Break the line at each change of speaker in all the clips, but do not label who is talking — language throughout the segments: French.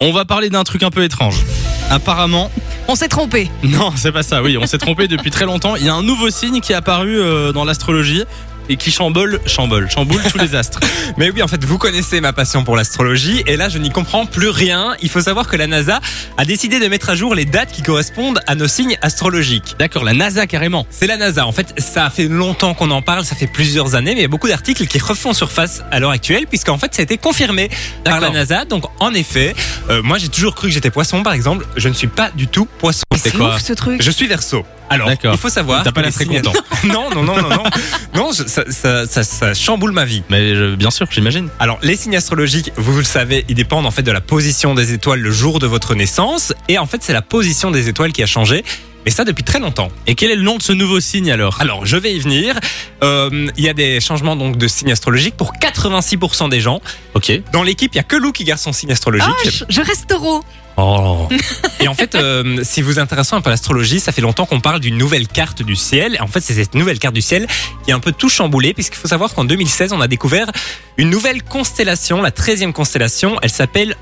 On va parler d'un truc un peu étrange. Apparemment,
On s'est trompé.
non, c'est pas ça. Oui, on s'est trompé depuis très longtemps. Il y a un nouveau signe qui est apparu euh, dans l'astrologie et qui chambole, chambole, chamboule tous les astres.
Mais oui, en fait, vous connaissez ma passion pour l'astrologie et là, je n'y comprends plus rien. Il faut savoir que la NASA a décidé de mettre à jour les dates qui correspondent à nos signes astrologiques.
D'accord, la NASA carrément.
C'est la NASA. En fait, ça fait longtemps qu'on en parle, ça fait plusieurs années, mais il y a beaucoup d'articles qui refont surface à l'heure actuelle, puisqu'en fait, ça a été confirmé par la
D'accord.
NASA. Donc, en effet, euh, moi, j'ai toujours cru que j'étais poisson, par exemple. Je ne suis pas du tout poisson.
C'est ouf ce truc.
Je suis verso. Alors,
D'accord.
il faut savoir.
T'as pas
que
l'air
les
très
signes-
content.
Non, non, non, non, non. Non, je- ça- ça- ça- ça chamboule ma vie.
Mais je- bien sûr, j'imagine.
Alors, les signes astrologiques, vous le savez, ils dépendent en fait de la position des étoiles le jour de votre naissance. Et en fait, c'est la position des étoiles qui a changé. Mais ça depuis très longtemps.
Et quel est le nom de ce nouveau signe alors
Alors, je vais y venir. Euh, il y a des changements donc de signes astrologiques pour 86% des gens.
Ok.
Dans l'équipe, il y a que Lou qui garde son signe astrologique.
Ah, je- je reste taureau.
Oh.
Et en fait, euh, si vous intéressez un peu à l'astrologie, ça fait longtemps qu'on parle d'une nouvelle carte du ciel. En fait, c'est cette nouvelle carte du ciel qui a un peu tout chamboulé, puisqu'il faut savoir qu'en 2016, on a découvert une nouvelle constellation, la 13e constellation. Elle s'appelle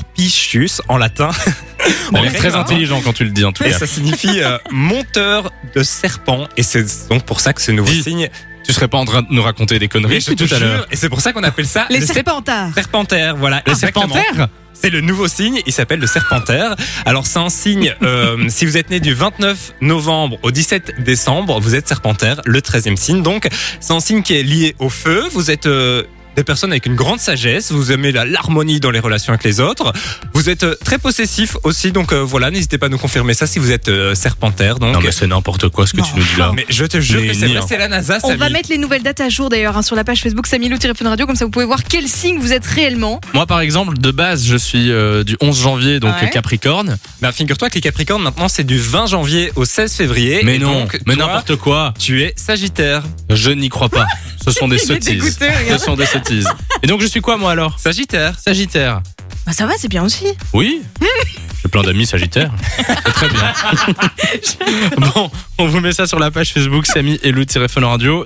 Orpicius en latin.
T'as l'air
Ouais.
très intelligent quand tu le dis en tout
Et
cas.
ça signifie euh, monteur de serpent. Et c'est donc pour ça que ce nouveau
Dis.
signe.
Tu serais pas en train de nous raconter des conneries
je te
tout à
jure,
l'heure.
Et c'est pour ça qu'on appelle ça
Les
le serpent.
serpentards.
Serpentaire, voilà.
Le
exactement.
serpentaire
C'est le nouveau signe, il s'appelle le serpentaire. Alors c'est un signe, euh, si vous êtes né du 29 novembre au 17 décembre, vous êtes serpentaire, le 13e signe. Donc c'est un signe qui est lié au feu, vous êtes... euh, des personnes avec une grande sagesse, vous aimez la- l'harmonie dans les relations avec les autres, vous êtes euh, très possessif aussi, donc euh, voilà, n'hésitez pas à nous confirmer ça si vous êtes euh, serpentaire. Donc,
Non mais c'est n'importe quoi ce que
Non.
tu nous dis là.
mais je te jure
Mais
que c'est
ni
vrai,
un.
c'est la NASA.
On va
Samy.
mettre les nouvelles dates à jour d'ailleurs hein, sur la page Facebook Samilou Téléphone Radio, comme ça vous pouvez voir quel signe vous êtes réellement.
Moi par exemple, de base, je suis euh, du 11 janvier donc
Ouais.
Capricorne.
Bah, figure-toi que les Capricornes maintenant c'est du 20 janvier au 16 février.
Mais
et
non,
donc,
mais
toi,
n'importe quoi.
Tu es Sagittaire.
Je n'y crois pas. Ce sont des
Il est
sottises.
dégoûté,
Ce
regarde.
sont des sottises. Et donc je suis quoi moi alors
Sagittaire.
Sagittaire.
Bah, ça va, c'est bien aussi.
Oui J'ai plein d'amis Sagittaire. C'est très bien. bon, on vous met ça sur la page Facebook Samy et Lou-Fun Radio.